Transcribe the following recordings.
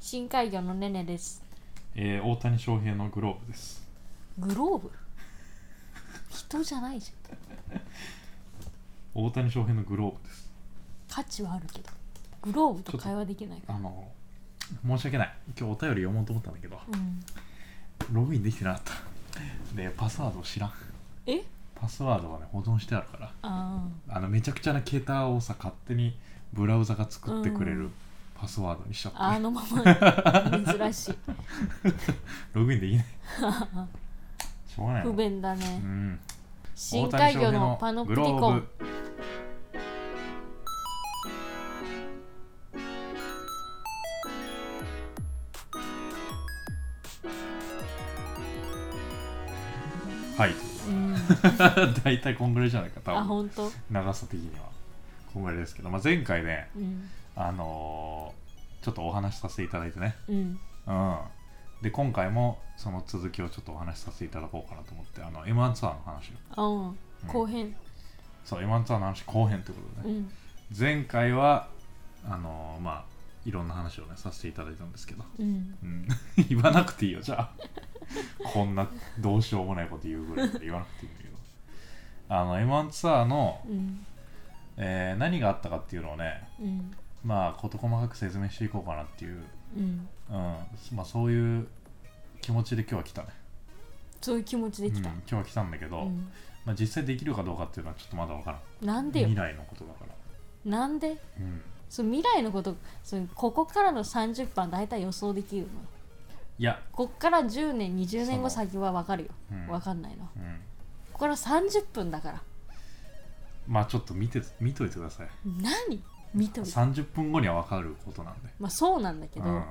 深海魚のねねですえー大谷翔平のグローブですグローブ人じゃないじゃん大谷翔平のグローブです価値はあるけどグローブと会話できないかあの申し訳ない今日お便り読もうと思ったんだけどらうんログインできてなかったでパスワードを知らんえパスワードはね保存してあるからああのめちゃくちゃな携帯をさ勝手にブラウザが作ってくれうるパスワードにしちゃっあて、あのまま珍 しいログイン できないしょうがないな不便だうねん深海魚のパノプティコンはいうん 大体こんぐらいじゃないか多あ分本当長さ的にはこんぐらいですけど、まあ、前回ねうんあのーちょっとお話しさせていただいてねうんうんで今回もその続きをちょっとお話しさせていただこうかなと思ってあの M1 ツアーの話を、あうんうん後編そう M1 ツアーの話後編ということでね、うん前回はあのーまあいろんな話をねさせていただいたんですけど、うんうん、 言わなくていいよじゃあこんなどうしようもないこと言うぐらいだから言わなくていいんだけどあの M1 ツアーの、うんえー何があったかっていうのをねうんまあ事細かく説明していこうかなっていう、うんうんまあ、そういう気持ちで今日は来たねそういう気持ちできたうん、今日は来たんだけど、うんまあ、実際できるかどうかっていうのはちょっとまだ分からんなんでよ未来のことだから、なんでうん、そう未来のことそうここからの30番大体予想できるのいや、こっから10年20年後その先は分かるようん分かんないのこうん、こから30分だからまあちょっと見て見といてください何見といて30分後には分かることなんでまあそうなんだけどうん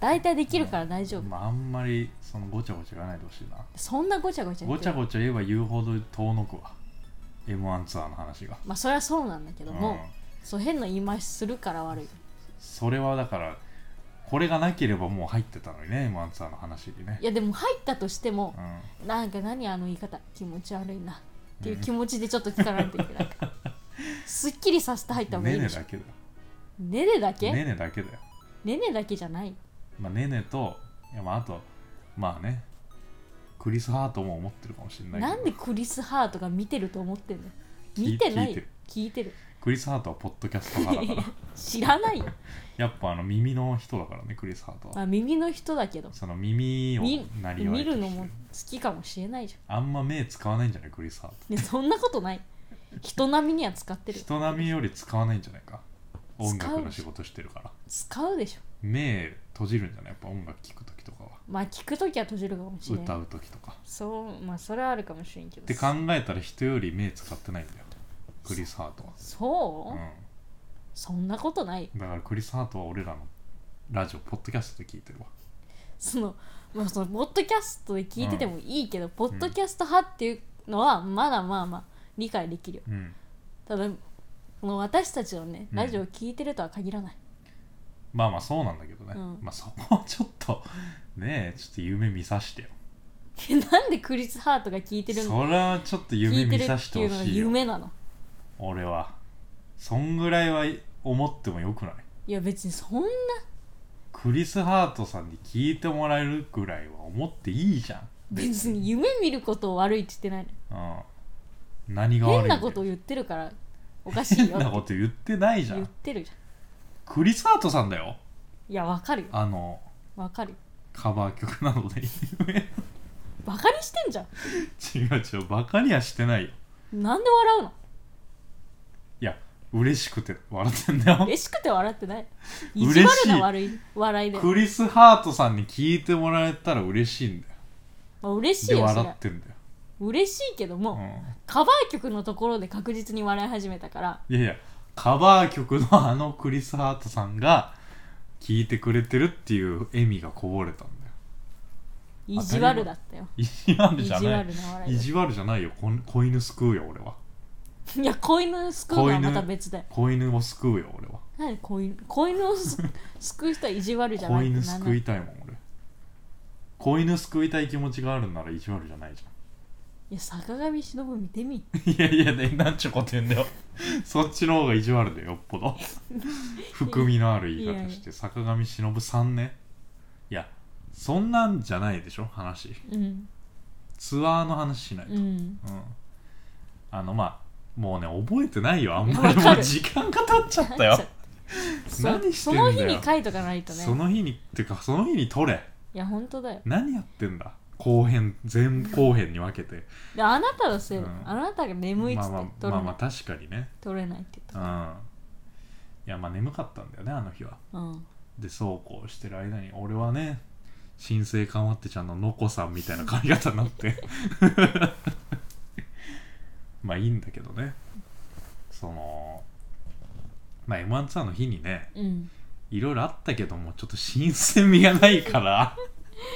大体できるから大丈夫まあ、あんまりそのごちゃごちゃ言わないでほしいなそんなごちゃごちゃ言ごってちゃごちゃ言えば言うほど遠のくわ M1 ツアーの話が、まあそれはそうなんだけうどもん、そう変な言い回しするから悪いそれはだからこれがなければもう入ってたのにね M1 ツアーの話にねいやでも入ったとしてもうんなんか何あの言い方気持ち悪いなっていう気持ちでちょっと聞かないといけない からすっきりさせて入った方がいねいねでしょだけだよねねだけねねねだけだよねだけじゃないまあ、ねねといや、まあ、あとまあねクリス・ハートも思ってるかもしれないけどなんでクリス・ハートが見てると思ってんの聞い見てない聞いてる聞いてるクリス・ハートはポッドキャスト派だ から知らないよ、やっぱあの耳の人だからねクリス・ハートはまあ、耳の人だけどその耳を見なりわ見いとるしてのも好きかもしれないじあんま目使わないんじゃないクリス・ハートゃん、ね、そんなことない人並みには使ってる人並みより使わないんじゃないか使う音楽の仕事してるから使うでしょ目閉じるんじゃないやっぱ音楽聴く時とかはまあ聞くときは閉じるかもしれな歌いう時とかそうまあそれはあるかもしれんけどって考えたら人より目使ってないんだよクリス・ハートそう、は、そんなことないうん、だからクリス・ハートは俺らのラジオポッドキャストで聞いてるわその,、まあ、そのポッドキャストで聞いててもいいけど、ポッドキャスト派っていうのはまだまあまあ理解できるようんただこの私たちのねうんラジオを聞いてるとは限らない、 まあまあそうなんだけどね、うんまあそこはちょっとねえちょっと夢見さしてよなんでクリス・ハートが聞いてるのそれはちょっと聞夢いて見るさっしてていうほのがしいよ夢なの俺はそんぐらいは思ってもよくないいや別にそんなクリス・ハートさんに聞いてもらえるぐらいは思っていいじゃん別に夢見ることを悪いって言ってないうん、何がの悪変いんだよなことを言ってるからおかしい変よっなてこと言ってないじゃ言っんてるじゃクリス・ハートさんだよんいやわかるよあのわかるよカバー曲などで有名バカにしてんじゃ違う違うバカにはしてないよんなんで笑うのいや嬉しくて笑ってんだよ嬉しくて笑ってない意嬉し地い悪な悪い笑いで、クリス・ハートさんに聞いてもらえたら嬉しいんだよまあ、嬉しいでよそ笑れってんだよ、嬉しいけども、うカバー曲のところで確実に笑い始めたからん、いやいやカバー曲のあのクリス・ハートさんが聞いてくれてるっていう笑みがこぼれたんだよ意地悪だったよ意地悪意じ地ゃ悪なない笑意い地悪じゃないよこん子犬救うよ俺はでいや子犬救うのはまた別だよ子犬を救うよ俺は何子犬子犬をす救う人は意地悪じゃな子いって犬なん救いたいもん俺子犬救いたい気持ちがあるんなら意地悪じゃないじゃんいや坂上忍見てみいやいやでなんちゅうこと言うんだよそっちの方が意地悪だよよっぽ ど含みのある言い方して坂上忍さんねいやそんなんじゃないでしょ話うんツアーの話しないと、ううんんあのまあもうね覚えてないよあんまわりかもるう時間が経っちゃっ たよそ何してんそだよの日に書いとかないとねその日にってかその日に撮れいや本当だよ何やってんだ後編前後編に分けてであなたのせいだよ、うんあなたが眠いっまつってあまあ取れ,、まあまあ確かにね取れないってうん言いっやまあ眠かったんだよねあの日はた、うん、でそうこうしてる間に俺はね新生かまってちゃんののこさんみたいな髪型になって まあいいんだけどねそのまあ m 1ツアーの日にねうんいろいろあったけどもちょっと新鮮味がないから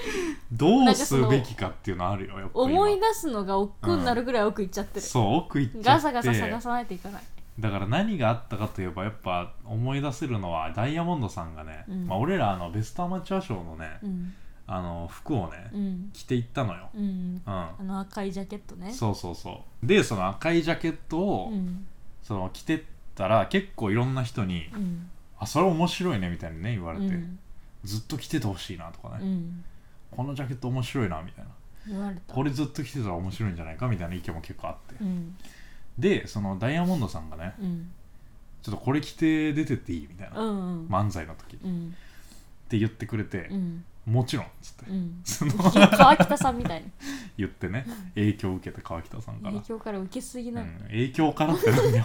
どうすべきかっていうのあるよやっぱ今思い出すのが億劫になるぐらい奥行っちゃってる、そう奥行っちゃってガサガサ探さないといかないだから何があったかといえばやっぱ思い出せるのはダイヤモンドさんがね、うんまあ、俺らあのベストアマチュア賞のね、うんあの服をね、うん着ていったのよ、うんうんあの赤いジャケットねそうそうそうでその赤いジャケットを、んその着てったら結構いろんな人に「うんあそれ面白いね」みたいにね言わうれて、んずっと着ててほしいなとうかね、んこのジャケット面白いなみたいな言われたこれずっと着てたら面白いんじゃないかみたいな意見も結構あって、うんでそのダイヤモンドさんがねうん「ちょっとこれ着て出てっていい?」みたいな、うんうん漫才の時に、っうんて言ってくれてう、んもちろんっつって、 うん その川北さんみたいに言ってね影響を受けて川北さんから影響から受けすぎなうのん、影 響からってなんだよ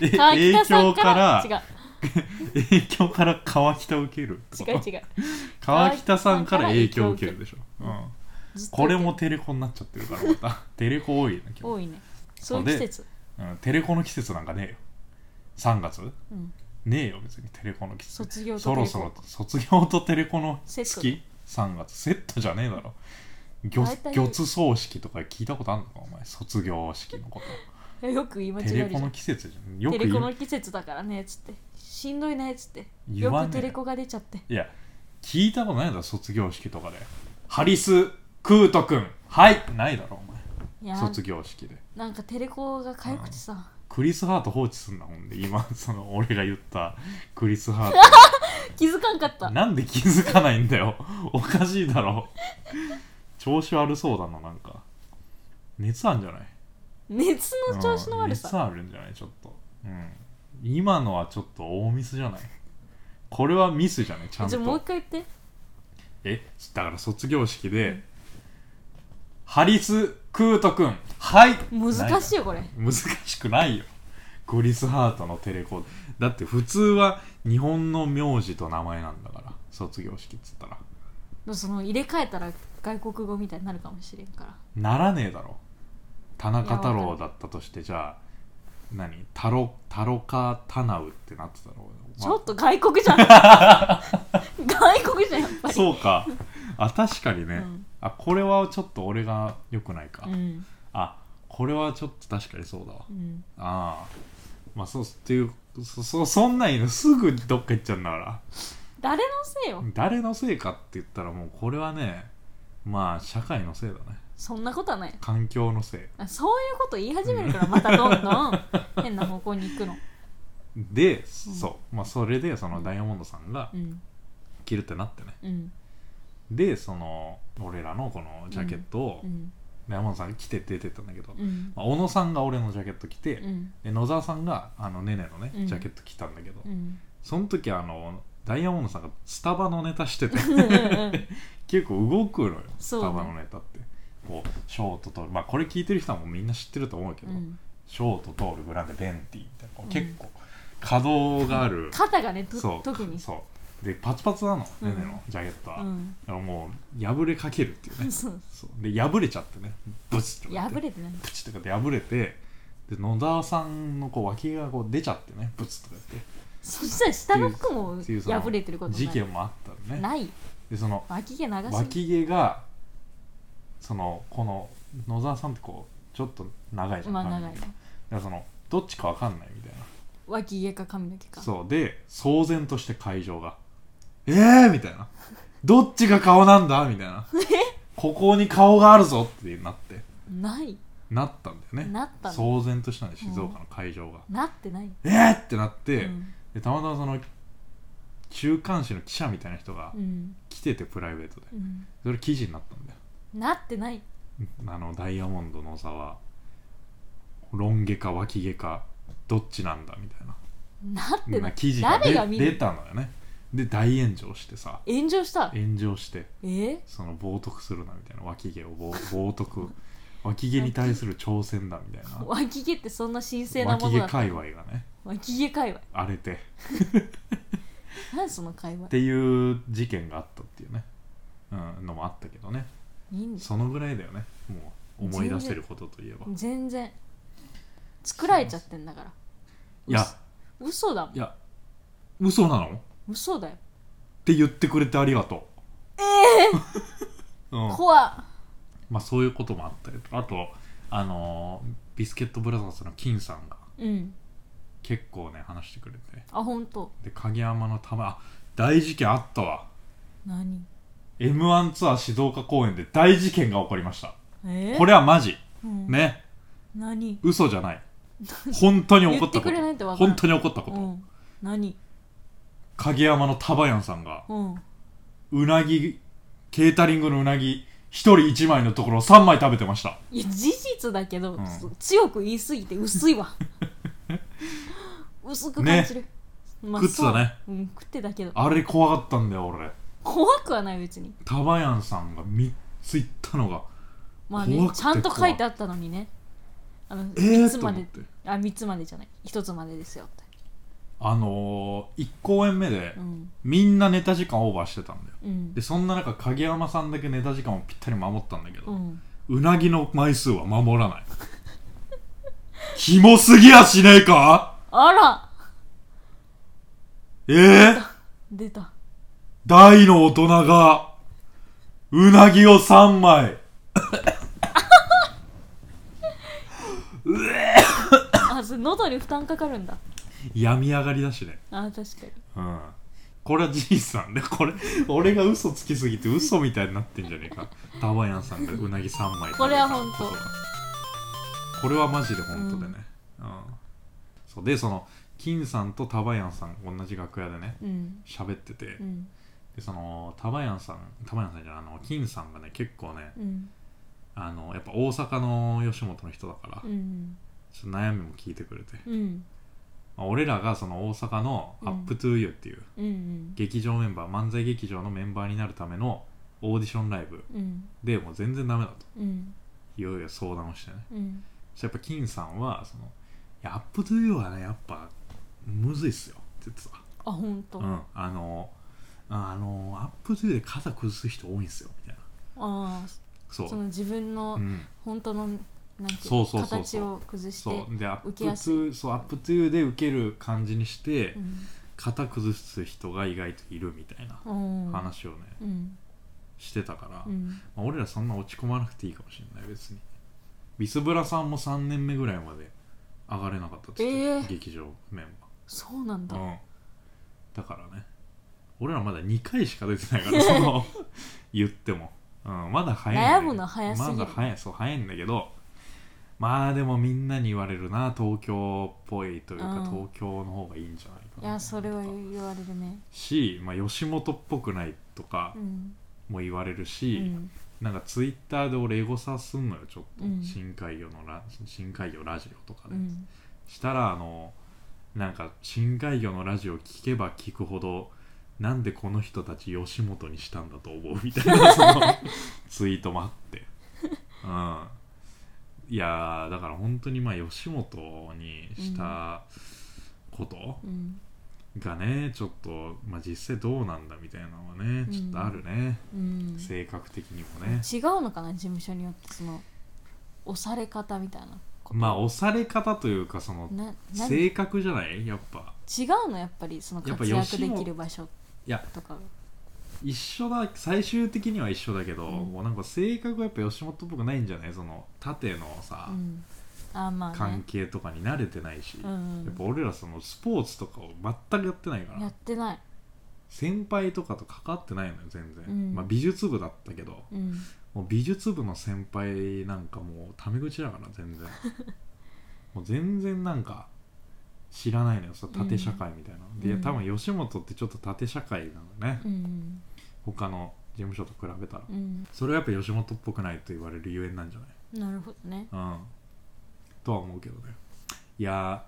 え川影北さ響んかからら影響から川北を受けるってこと違う違う違 う川北さんか川北さんからら影響を受けるでしょ、ううんん、ずっとこれもテレコになっちゃってるからまた テレコ多いね今多日、いねそういう季節うん、テレコの季節なんかねえよ3月うんねえよ別にテレコの季節卒業とそろそろ卒業とテレコのセット月3月セットじゃねえだろ魚大体魚つ葬式とか聞いたことあるのかお前卒業式のことよく言い間違えテレるじコゃんの季節じゃんよくテ言レうコの季節だからねっつってしんどいねっつって言よわねえくテレコが出ちゃっていや聞いたことないだろ卒業式とかでハリス・クート君はいないだろいおや前卒業式でなんかテレコがかゆくてさクリス・ハート放置すんなほんで今 その俺が言ったクリス・ハー気づかんかっト たなんで気づかないんだよおかしいだろ調子悪そうだななんか熱あんじゃない熱の調子の悪さうん熱あるんじゃないちょっとうん今のはちょっと大ミスじゃないこれはミスじゃないちゃんじとゃあもう一回言ってえだから卒業式で、ハリス・クート君はい難しいよこれない難しくないよクリス・ハートのテレコだって普通は日本の名字と名前なんだから卒業式っつったらその入れ替えたら外国語みたいになるかもしれんからならねえだろ田中太郎だったとしてじゃあ何タロタロカタナウってなってたろちょっと外国じ ゃん外国じゃんやっぱりそうかあ確かにね、うんあこれはちょっと俺が良くないか、うんあこれはちょっと確かにそうだわうんああまあそうっていうそそそんなんいいのすぐどっか行っちゃうんだから誰のせいよ誰のせいかって言ったらもうこれはねまあ社会のせいだねそんなことはない環境のせいあそういうこと言い始めるからまたどん どん変な方向に行くので、そうまあそれでそのダイヤモンドさんがうん着るってなってねうんでその俺らのこのジャケットをうんダイヤモンドさんが着て出てったんだけど、うんまあ、小野さんが俺のジャケット着て、うんで野沢さんがあのねねのねうんジャケット着たんだけど、うんその時あのダイヤモンドさんがスタバのネタしててうんうん結構動くのよ、スそうタねバのネタってこうショートとまあこれ聞いてる人はもうみんな知ってると思うけうど、んショートトールグランデベンティみたいなこううん結構稼働がある、肩がねとそう特にそうでパツパツなの、うんねねのジャケットは、うんだからもう破れかけるっていうねそうそうで破れちゃってねブチッとかっ破てれてないブチッとかって破れてで野沢さんのこう脇がこう出ちゃってねブツッとかやってそしたら下の服もっていうその破れてること事ない件もあったのねないでその脇毛長すぎ脇毛がそのこの野沢さんってこうちょっと長いじゃんまあ長髪いの毛なだからそのどっちかわかんないみたい脇毛か髪の毛かなそうで騒然として会場が「えー!」みたいな「どっちが顔なんだ?」みたいな「ここに顔があるぞ」ってなってうんないなったんだよねなったの騒然としたんで静岡の会場が、なってない、えーってなって、うんでたまたまその週刊誌の記者みたいな人がうん来ててプライベートでうんそれ記事になったんだよなってないあのダイヤモンドの差はロン毛か脇毛かどっちなんだみたいななってなない記事が誰でが見出るたのよねで大炎上してさ炎上した炎上してえその冒涜するなみたいな脇毛をぼう 冒涜脇毛に対する挑戦だみたいな 脇毛ってそんな神聖なも脇の毛だった界隈がね脇毛界隈荒れてっ何その界隈ていう事件があったっていうね、うん、のもあったけどねいいんだそのぐらいだよねもう思い出せることといえば全然作られちゃってんだからいや嘘だもいや嘘なのっん嘘だよて言ってくれてありがとうええうん、怖っまあそういうこともあったりとあとあのービスケットブラザーズの金さんがうん結構ね話してくれてあ本当で影山の玉あ大事件あったわ何 m 1ツアー静岡公演で大事件が起こりましたえー、これ、れはマジうん、ね何嘘じゃない本当に起こった言ってこくとれないとわからん本当に起こったこうと、ん何影山のタバヤンさんがうんうなぎケータリングのうなぎ1人1枚のところを3枚食べてましたいや事実だけど、うんそ強く言いすぎて薄い わ薄く感じる、ま食ってたねそううん食ってたけどあれ怖かったんだよ俺怖くはない別にタバヤンさんが3つ言ったのがまあね怖くてちゃんと書いてあったのにねあの、え三えー、つとま思っでてあ三つまでじゃない一つまでですよってあのー、1公演目でうんみんなネタ時間オーバーしてたんだようんでそんな中影山さんだけネタ時間をぴったり守ったんだけど、うんうなぎの枚数は守らないキモすぎやしねえかあらええ出た大の大人がうなぎを3枚あそれ喉に負担かかるんだ病み上がりだしねあ確かにうんこれは事実なんでこれ俺が嘘つきすぎて嘘みたいになってんじゃねえかタバヤンさんがうなぎ3枚食べたこれは本当これはマジで本当でねうん、そうでその金さんとタバヤンさん同じ楽屋でねうん喋ってて、うんでそのタバヤンさんタバヤンさんじゃないあの金さんがね結構ねうんあのやっぱ大阪の吉本の人だから、うんちょっと悩みも聞いてくれて、うんまあ、俺らがその大阪の「アップトゥーユーっていううん劇場メンバー漫才劇場のメンバーになるためのオーディションライブうんでもう全然ダメだとうんいよいよ相談をしてねうんそしたらやっぱ金さんはそのいや「アップトゥーユーはねやっぱむずいっすよ」って言ってたあ本当、う、ん、あのあのアップトゥーユーで肩崩す人多いんすよみたいなあそあうその自分のうん本当のなんていそうそうそうそ形うを崩してそうでアップ受けトゥやすいーそうアップトゥーで受ける感じにして、うん肩崩す人が意外といるみたいなうん話をね、うんしてたから、うんまあ、俺らそんな落ち込まなくていいかもしれない別にビスブラさんも3年目ぐらいまで上がれなかったっつって、えー劇場メンそうなんバだ、ー、うん、だからね俺らまだ2回しか出てないからその 言っても、うん、まだ早い悩んだけどむの早すぎるまだ早いそう早いんだけどまあでもみんなに言われるな東京っぽいというか、うん東京の方がいいんじゃないかいなやそれはとか言われるねし、まあ、吉本っぽくないとかうんも言われるうし、んなんかツイッターで俺エゴサすんのよちょっと、うん深海魚のラ深海魚ラジオとかうで、んしたらあのなんか深海魚のラジオ聞けば聞くほどなんでこの人たち吉本にしたんだと思うみたいなその ツイートもあってうんいやーだから本当にまあ吉本にしたこと、うんがねちょっと、まあ、実際どうなんだみたいなのはねちょっとあるね、うん性格的にもね、違うのかな事務所によってその押され方みたいなことまあ押され方というかそのなな違う性格じゃないやっぱのやっぱりそのやっぱ活躍吉で本きる場所いやとかが一緒だ最終的には一緒だけど、うんもうなんか性格はやっぱ吉本っぽくないんじゃないその縦のさ、うんあまあ関ね係とかに慣れてないし、うんやっぱ俺らそのスポーツとかを全くやってないかやらってない先輩とかと関わってないのよ全然、うんまあ、美術部だったけどうんもう美術部の先輩なんかもうタメ口だから 全然もう全然なんか知らないのよその縦社会みたいな、んうでん多分吉本ってちょっと縦社会なのね、うん他の事務所と比べたら、うんそれはやっぱ吉本っぽくないと言われるゆえんなんじゃないなるほどねうんとは思うけどねいや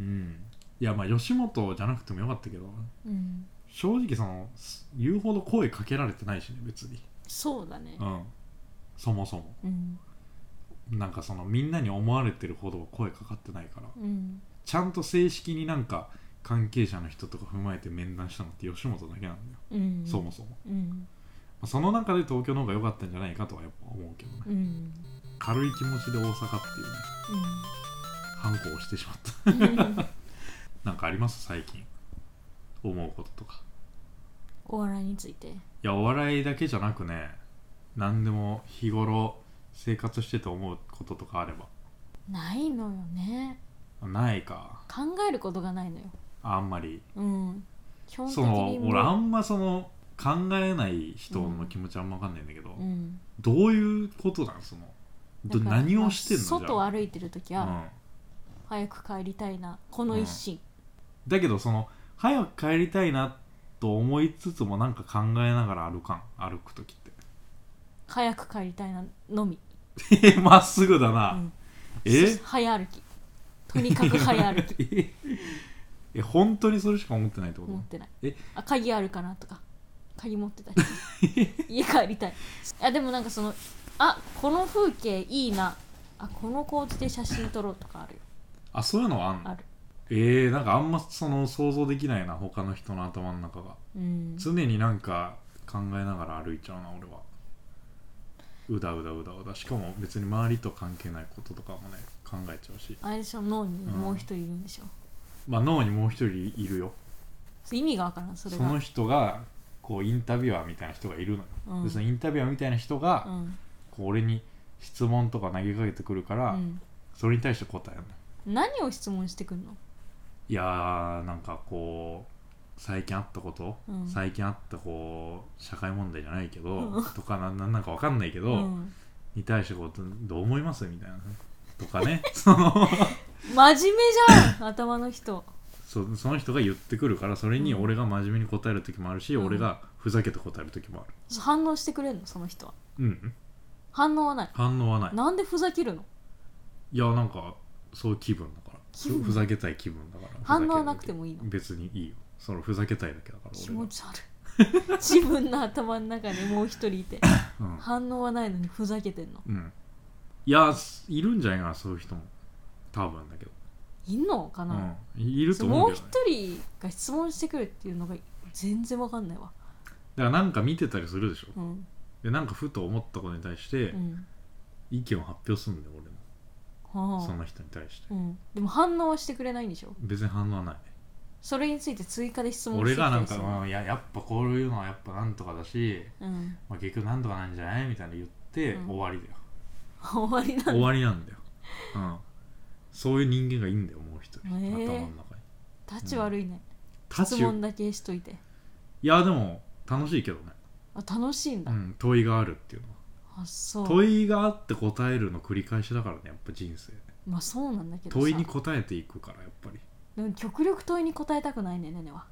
ーうんいやまあ吉本じゃなくてもよかったけどうん正直そのす言うほど声かけられてないしね別にそうだねうんそもそもうんなんかそのみんなに思われてるほど声かかってないからうんちゃんと正式になんか関係者の人とか踏まえて面談したのって吉本だけなんだよ、うんそもそも、まうんあその中で東京の方が良かったんじゃないかとはやっぱ思うけどねうんうん軽い気持ちで大阪っていうね反抗をしてしまった なんかあります最近思うこととかお笑いについていやお笑いだけじゃなくね何でも日頃生活してて思うこととかあればないのよねないか考えることがないのよあんまりうん基本的そのにもう俺あんまその考えない人の気持ちあんま分かんないんだけど、うんどういうことなんそのどだから何をしてんのまあ外をじ歩いてる時ゃは、あうん、早く帰りたいなこの一心、だけどその早く帰りたいなと思いつつもなんか考えながら歩かん歩く時って 早く帰りたいなのみ、えまっすぐだうな、んえ早歩きとにかく早歩 きええ本当にそれしか思ってないってこと、持ってないえあ鍵あるかなとか鍵持ってた り家帰りたいあでもなんかそのあこの風景いいなあこの構図で写真撮ろうとかあるよあそういうのはあんのあるえー、なんかあんまその想像できないな他の人の頭の中がうん常になんか考えながら歩いちゃうな俺はうだうだうだうだしかも別に周りと関係ないこととかもね考えちゃうしあれでしょ脳にもう一人いるんでしょ、まあ脳にもう一人いるよ意味がわからんそそれがの人がこうインタビュアーみたいな人がいるのよ、うんでそのインタビュアーみたいな人うがんこう俺に質問とか投げかけてくるかうら、ん、それに対して答えるの何を質問してくんのいやーなんかこう最近あったこと、うん最近あったこう社会問題じゃないけど、うんとかなななんかわかんないけど、うん、に対してこうどどう思いますみたいなとか ねその真面目じゃん 頭の人そその人が言ってくるからそれに俺が真面目に答える時もあるし、うん俺がふざけて答える時もある反応してくれるのその人はうんうん反応はない反応はないなんでふざけるのいやなんかそういう気分だから気分ふふざけたい気分だから反応はなくてもいいのふざける時別にいいよそのふざけたいだけだから気俺持はち悪い 自分の頭の中にもう一人いてうん、反応はないのにふざけてんのうん、いやすいるんじゃないかなそういう人も多分だけど、いんのかうな、んいると思もううけど、一ね、人が質問してくるっていうのが全然わかんないわだからなんか見てたりするでしょうんでなんかふと思ったことに対してうん意見を発表するんだよ俺もはそあの人に対してうん、でも反応はしてくれないんでしょ別に反応はないそれについて追加で質問して俺きたがなんりすか、るうん、いややっぱこういうのはやっぱなんとかだし、うん、まあ、結局なんとかなんじゃないみたいな言って、うん終わりだよ終わり なん終だわりなんだよ、うん、そういう人間がいいんだよもう一人、へえ頭の中に立ち悪いね、質立ち問だけしといていやでも楽しいけどね、あ楽しいんうだ、ん、問いがあるっていうのはあそう問いがあって答えるの繰り返しだからねやっぱ人生まあそうなんだけどさ問いに答えていくからやっぱりでも極力問いに答えたくないねねねは。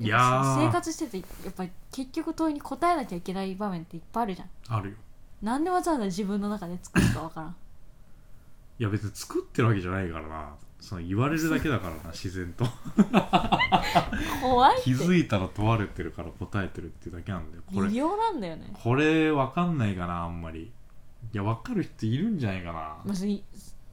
いやー生活しててやっぱり結局問いに答えなきゃいけない場面っていっぱいあるじゃんあるよなんでわざわざ自分の中で作るかわからん いや別に作ってるわけじゃないからなその言われるだけだから な自然と怖いって気づいたら問われてるから答えてるっていうだけなんだよこれ微妙なんだよねこれ分かんないかなあんまりいや分かる人いるんじゃないかまあ、それ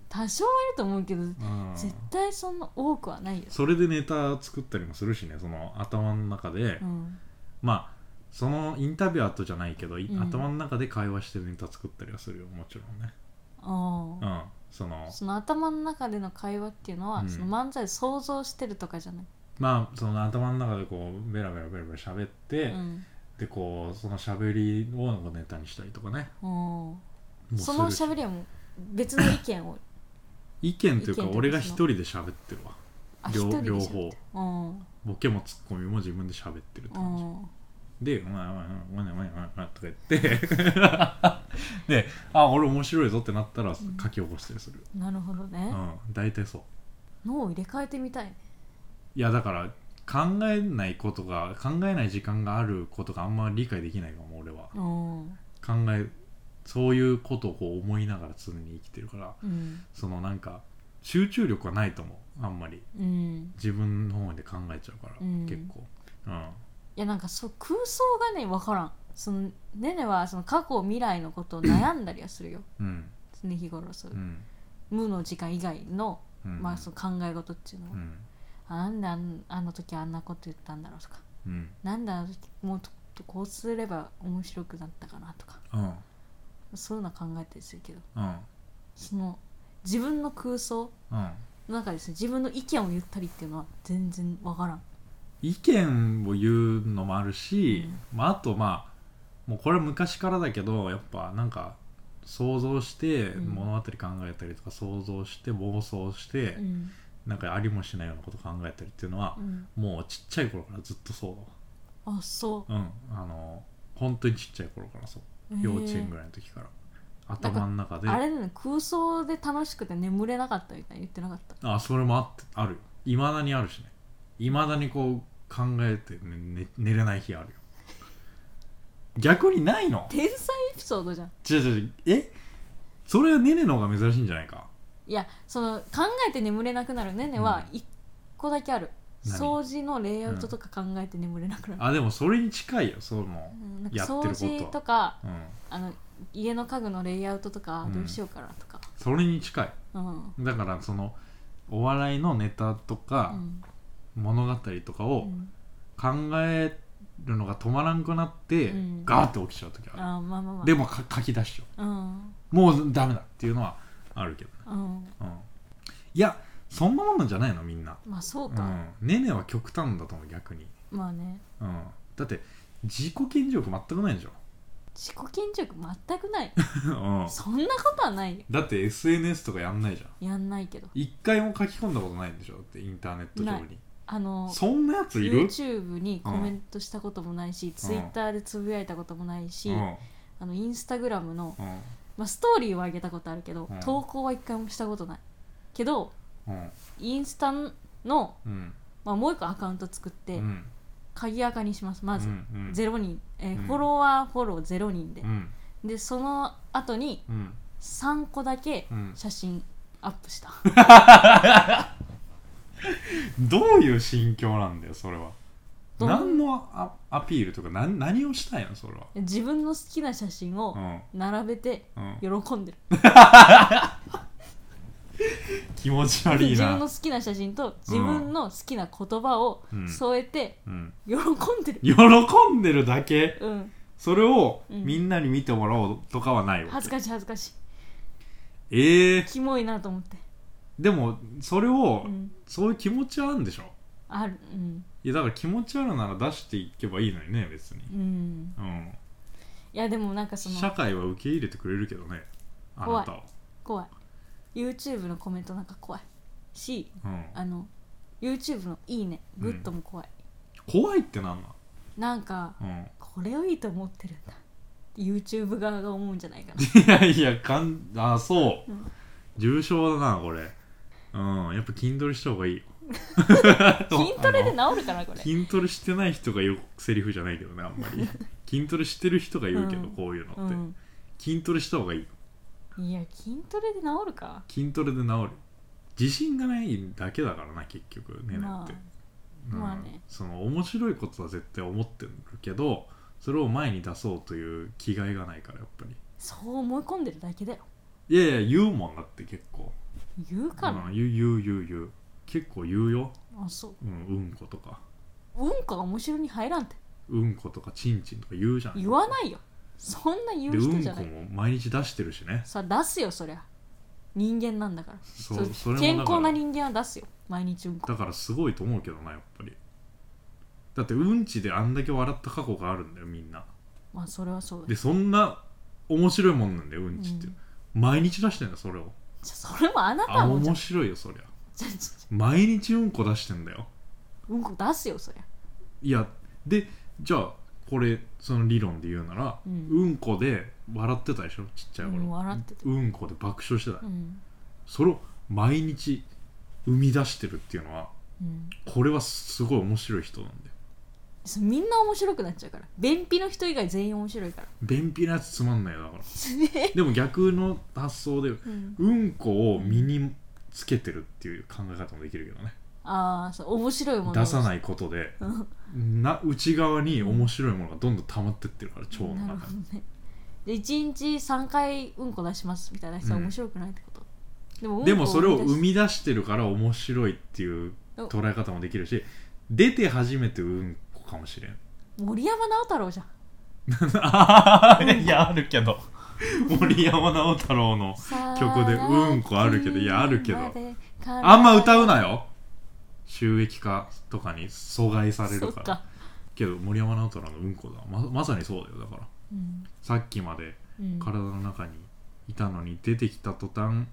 多少はいると思うけど、な、うん、絶対そんな多くはないよ、それでネタ作ったりもするしねその頭の中で、うん、まあそのインタビュアーとじゃないけど、いうん頭の中で会話してネタ作ったりはするよもちろんねあうあ、んそのその頭の中での会話っていうのは、うんその漫才で想像してるとかじゃない、まあその頭の中でこうベラベラベラベラ喋って、うんでこうその喋りをネタにしたりとかねうん、もうそのするし喋りはもう別の意見を意見というか意見というか俺が一人で喋ってるわあ一 人で喋両って両方うんボケもツッコミも自分で喋ってるってう感じんで「お前お前お前お前お前お前お前」とか言ってで「あ俺面白いぞ」ってなったら書き起こしたりする、なるほどねう、ん、大体そう脳を入れ替えてみたいねいやだから考えないことが考えない時間があることがあんま理解できないかも俺はうん考えそういうことをこう思いながら常に生きてるからうんそのなんか集中力はないと思うあんまりうん自分の方で考えちゃうから、うん結構うんいやなんかそう空想がね分からんそのねねはその過去未来のことを悩んだりはするようん常日頃そうういうん無の時間以外の,、うんまあ、その考え事っていうのうは、んあなんであんあの時あんなこと言ったんだろうとかうんなんであの時もうととこうすれば面白くなったかなとかうんそういうのは考えたりするけどうんその自分の空想うんの中でですね自分の意見を言ったりっていうのは全然分からん意見を言うのもあるし、まあ、あとまあもうこれは昔からだけどやっぱなんか想像してうん物語考えたりとか想像して妄想して、うんなんかありもしないようなこと考えたりっていうのはう、んもうちっちゃい頃からずっとそうあそだわうんあの本当にちっちゃい頃からそうう幼稚園ぐぐらいらいの時から、頭の中であれだね空想で楽しくて眠れなかったみたいに言ってなかったあそれもあってあるいまだにあるしねいまだにこう考えて、ねね寝れない日あるよ逆にないの天才エピソードじゃん違う違う違うえそれはねねの方が珍しいんじゃないかいやその考えて眠れなくなるねねは一個だけある、何掃除のレイアウトとか考えて眠れなくなる、あでもそれに近いよそのうんなんかやってること掃除とかうんあの家の家具のレイアウトとかうんどうしようかなとか、それに近いうんだからそのお笑いのネタとかうん物語とかうをん考えるのが止まらんくなって、うんガーって起きちゃう時あるあーまあまあまあでもか書き出しちゃうんうもうダメだっていうのはあるけどねうんうんいやそんなもんなんじゃないのみんな、まあそううか、ん、ねねは極端だと思う逆に、まあねうん、だって自己顕示欲全くないでしょ、自己顕示欲全く ないうん、そんなことはないよだって SNS とかやんないじゃんやんないけど一回も書き込んだことないんでしょだってインターネット上にあのそんなやついる、 YouTube にコメントしたこともないし、Twitter でつぶやいたこともないし、うんあのインスタグラムの、うんまあ、ストーリーは上げたことあるけど、うん投稿は一回もしたことないけどうんインスタの、うんまあ、もう一個アカウント作って、うん鍵アカにしますまず、うんうん0人、えーうんフォロワーフォロー0人でう、んでその後にうん3個だけうん写真アップ した、どういう心境なんだよそれはどん何のアアピールとか何何をしたいのそれは自分の好きな写真をうん並べてうん喜んでる、気持ち悪い自分のな好きな写真と自分の好きな言葉をうん添えてうん喜んでる喜んでるだけうんそれをうんみんなに見てもらおうとかはないわ恥ずけ、かしい恥ずかしいええキモいなと思ってでもそれを、うんそういう気持ちはあるんでしょあるうんいやだから気持ちあるなら出していけばいいのにね別にうんうんいやでもなんかそ社の会は受け入れてくれるけどねあなたを怖い YouTube のコメントなんか怖いしうん、あの YouTube の「いいね」うんグッドも怖い、怖いってなんななんか うん、これをいいと思ってるんだって YouTube 側が思うんじゃない かないやいやかんあそう、うん重症だなこれうんやっぱ筋トレした方がいいよ 筋トレで治るかなこれ筋トレしてない人がよくセリフじゃないけどねあんま り筋トレしてる人が言うけど、うんこういうのって、うん筋トレした方がいいいや筋トレで治るか筋トレで治る自信がないだけだからな結局ねねまって、あうんまあねその面白いことは絶対思ってるけどそれを前に出そうという気概がないからやっぱりそう思い込んでるだけだよいやいや言うもんだって結構、言うから、うん、言う言う言う言う結構言うよ、あそううん、うんことかうんこが面白に入らんってうんことかちんちんとか言うじゃん言わないよそんな言でうう人んじこゃない、も毎日出してるしねさ出すよそりゃ人間なんだからそうそれもだ健から康な人間は出すよ毎日うんこだからすごいと思うけどなやっぱりだってうんちであんだけ笑った過去があるんだよみんなまあそれはそうだでよそんな面白いもんなんだようんちって、うん毎日出してんだよそれをじゃそれもあなあたもじゃ面ん白いよそりゃちょちょ毎日うんこ出してんだようんこ出すよそりゃいやでじゃあこれその理論で言うなら、ううんん、こで笑ってたでしょちっちゃい頃、うん笑ってたうんこで爆笑してた、うんそれを毎日生み出してるっていうのはうんこれはすごい面白い人なんだよそうみんな面白くなっちゃうから便秘の人以外全員面白いから便秘のやつつまんないよだからでも逆の発想でうんうんこを身につけてるっていう考え方もできるけどねああそう面白いもの出さいないことでうんな内側に面白いものがどんどん溜まってってるから腸のなる中ほにどねで1日3回うんこ出しますみたいな人はうん面白くないってこと、でもうんこでもそれを生出しみ出してるから面白いっていう捉え方もできるし出て初めてうんこかもしれ ん森山直太朗じゃんいやあるけど森山直太朗の曲でうんこあるけどいやあるけどあんま歌うなよ収益化とかに阻害されそるっからか、けど森山直太朗のうんこだままさにそうだよだからうんさっきまでうん、体の中にいたのに出てきた途端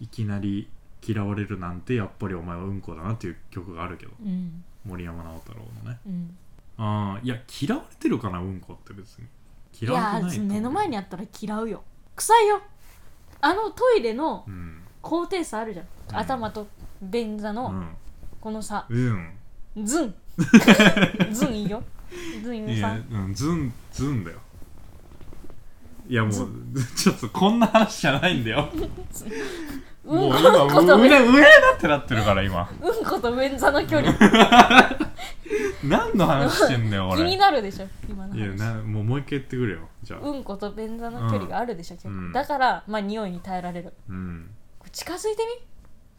いきなり嫌われるなんてやっぱりお前はうんこだなっていう曲があるけどうん森山直太朗のねうんああいや嫌われてるかなうんこって別にい嫌わやれてないと思う目の前にあったら嫌うよ臭いよあのトイレのうん高低差あるじゃん、ん頭と便座うのんこの差、うんズ ンズンいいよズンいいいさやんうんズンズンだよいやもうちょっとこんな話じゃないんだようもんうこ今うんこと上便上だってなってるから今うんこと便座の距離何の話してんだよ気に俺なるでしょ今のいや話なもうもう一回言ってくれよじゃあうんこと便座の距離があるでしょ、結構うんだからまあ匂いに耐えられるうんこれ近づいてみ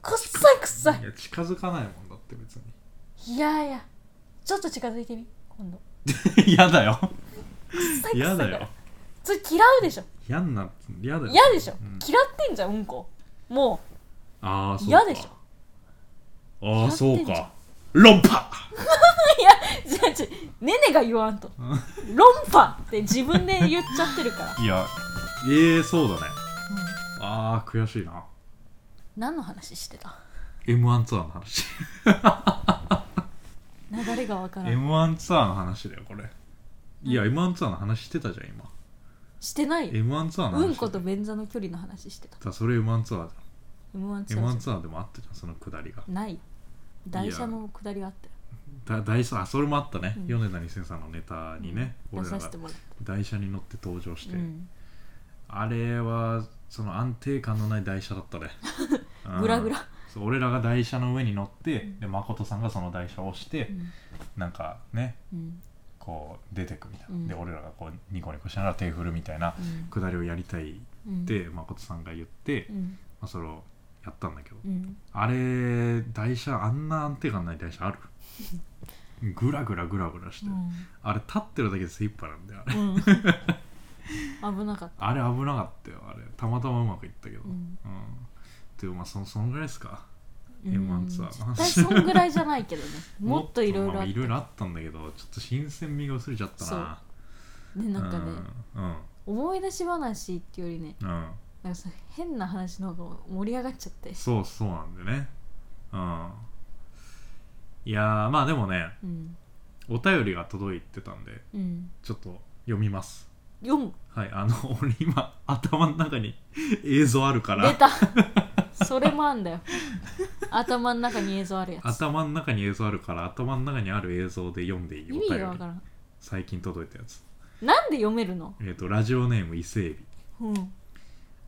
くっさいくっさいいや近づかないもんだって別にいやいやちょっと近づいてみ今度 嫌だ よくっさいくっさ嫌いかだらよそれ嫌うでしょ嫌になっ嫌だよ嫌でしょ、うん嫌ってんじゃんうんこもああそうか嫌でしああそ嫌ってんうじゃんか論破うじゃあちょねねが言わんと論破って自分で言っちゃってるから、いやええそうだねうんああ悔しいな何の話してた m 1ツアーの話流れがわからん m 1ツアーの話だよこれいや m 1ツアーの話してたじゃん今してないよ m 1ツアーの話うんこと便座の距離の話してただそれ m 1ツアーだ M1 ツア m ー1じツアーでもあったじゃんそのくだりがゃんない台車の下りがあったよだ大さあそれもあったね、うん米田2000さんのネタにね、出俺らさせがてもらっ、台車に乗って登場してて、うん、あれはその安定感のない台車だっ たねうんグラグラ、そう俺らが台車の上に乗って、で誠さんがその台車を押して、うんなんかねうんこう出てくみたいな、うんで俺らがこうニコニコしながら手振るみたいなうんくだりをやりたいっうん、て誠さんが言って、うまんあ、それをやったんだけど、うんあれ台車あんな安定感ない台 車あるグラグラグラグラして、あれ立ってるだけで精一杯なんだよあれうん うん危なかったあれ危なかったよあれたまたまうまくいったけどううんん、っていうまあそそのぐらいですか M1 ツアーのうん話絶対そんぐらいじゃないけ どねもっといろいろまああっいてろいろあったんだけどちょっと新鮮味が薄れちゃったなでなんかね、うんうん思い出し話っていうよりねうんなんかさ変な話の方が盛り上がっちゃってそうそうなんでねうんいやーまあでもねうんお便りが届いてたんでうんちょっと読みます読むはいあの 俺今頭の中に映像あるか出ら たそれもあんだよ頭の中に映像あるやつ頭の中に映像あるから頭の中にある映像で読んでいい意お味が便わりからん最近届いたやつなんで読めるのえっ、とラジオネーム伊勢海老うん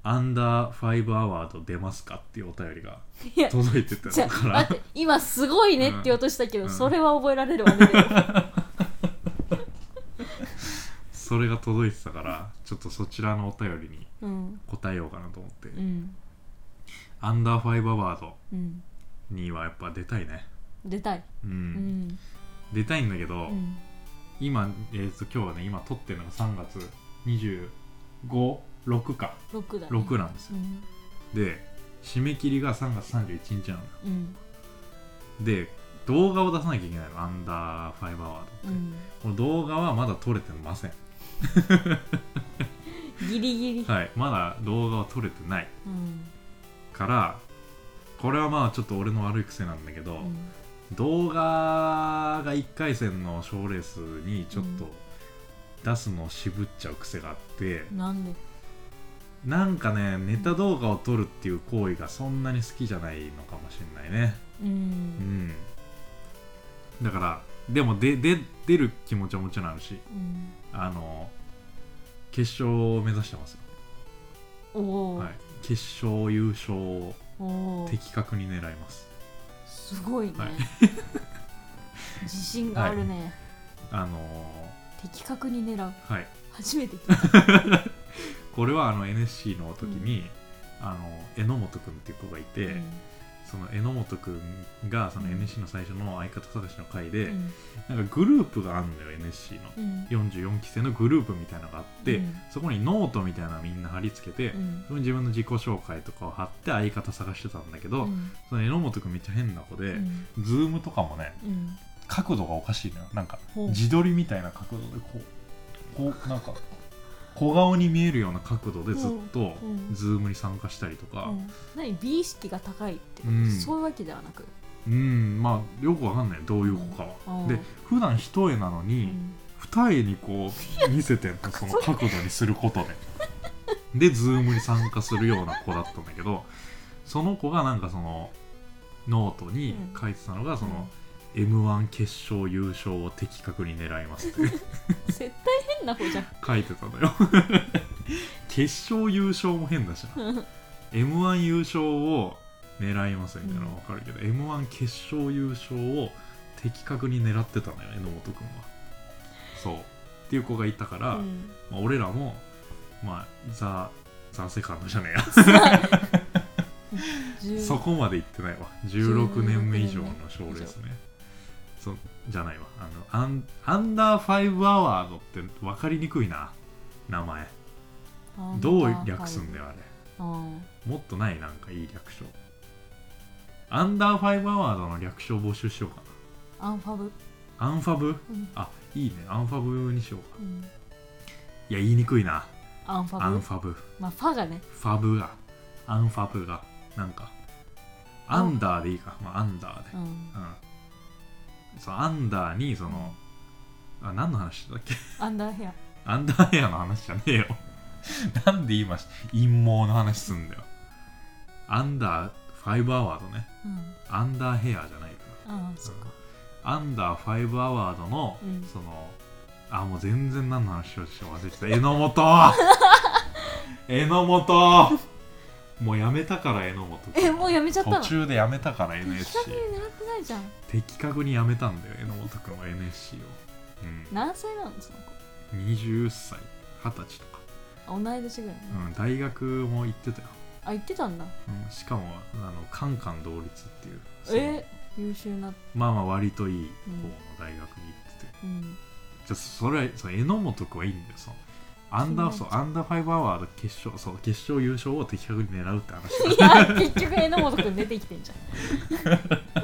アンダーファイブアワード出ますかっていうお便りがいや届いて たじゃだあから待って今すごいねって言おうとしたけど、うんそれは覚えられるわねで もそれが届いてたからちょっとそちらのお便りにうん答えようかなと思って、うんアンダーファイブアワードうんにはやっぱ出たいね出たいうん、うん出たいんだけど、うん今、えー、と今日はね今撮ってるのが3月256か6だ、ね、 6なんですうよ、んで締め切りが3月31日なのようんで動画を出さなきゃいけないのアンダーファイブアワードって、うんこの動画はまだ撮れてませんギリギリ、はいまだ動画は撮れてないうんからこれはまあちょっと俺の悪い癖なんだけど、うん動画が1回戦の賞レースにちょっと出すのを渋っちゃう癖があって、なんでなんかねネタ動画を撮るっていう行為がそんなに好きじゃないのかもしれないねううんんだからでもでで出る気持ちはもちろんあるしうんあの決勝を目指してますよ、おお、はい、決勝優勝をおお的確に狙いますすごいね、はい自信があるね、あの的確に狙うーはい初めて聞いたこれはあの NSC の時に、あの榎本君っていう子がいて、その榎本君がその NSC の最初の相方探しの回で、うんなんかグループがあるんだよ NSC のうん44期生のグループみたいなのがあって、うんそこにノートみたいなのみんな貼り付けて、うんそこに自分の自己紹介とかを貼って相方探してたんだけど、うんその榎本君めっちゃ変な子で、うんズームとかもねうん角度がおかしいのよなんかほう自撮りみたいな角度でこうこうなんか小顔に見えるような角度でずっとうんうんズームに参加したりとかうん何美意識が高いってこと、うんそういうわけではなく、うん、まあよくわかんないどういう子かうはんで普段一重なのうに、ん二重にこう見せてんの その角度にすることででズームに参加するような子だったんだけどその子がなんかそのノートに書いてたのがその、m 1決勝優勝を的確に狙いますっていう絶対変な子じゃん書いてたのよ決勝優勝も変だしな m 1優勝を狙いますみたいなのは分かるけど、m 1決勝優勝を的確に狙ってたのよ榎本君はそうっていう子がいたから、うんま あ、俺らもまあザ・ザ・セカンドじゃねえ十やそこまで行ってないわ16年目以上の賞レースねそうじゃないわあのアンアンダーファイブアワードって分かりにくいな名前あーどう略すんだよあれあーもっとないなんかいい略称アンダーファイブアワードの略称募集しようかアンファブ、なアンファブうんあいいねアンファブにしようかうんいや言いにくいなアンファブアンファブまあファがねファブがアンファブがなんかアンダーでいいか、まあ、アンダーでう、んうんそうアンダーにそのあ何の話だっけ アンダーヘアアンダーヘアの話じゃねえよ なんで今陰謀の話すんだよアンダーファイブアワードねうんアンダーヘアじゃないかああらそっかアンダーファイブアワードの、うんそのあもう全然何の話をして忘れてた 榎本榎本もうやめたから榎本えもうやめちゃったの途中でやめたから的 NSC 確に狙ってないじゃん的確にやめたんだよ榎本君は NSC を、う何歳なのその子ん、20歳20歳とか、あ同い年ぐらい、うん、大学も行ってたよ、あ言ってたんだうん、しかもあのカンカン同率っていうそのえ優秀なまあまあ割といい方うんの大学に行ってて、 うんじゃあそれはその榎本君はいいんだよそのアンダーそうそうアンダーファイブアワード決勝そう決勝優勝を的確に狙うって話いや結局榎本君出てきてんじゃん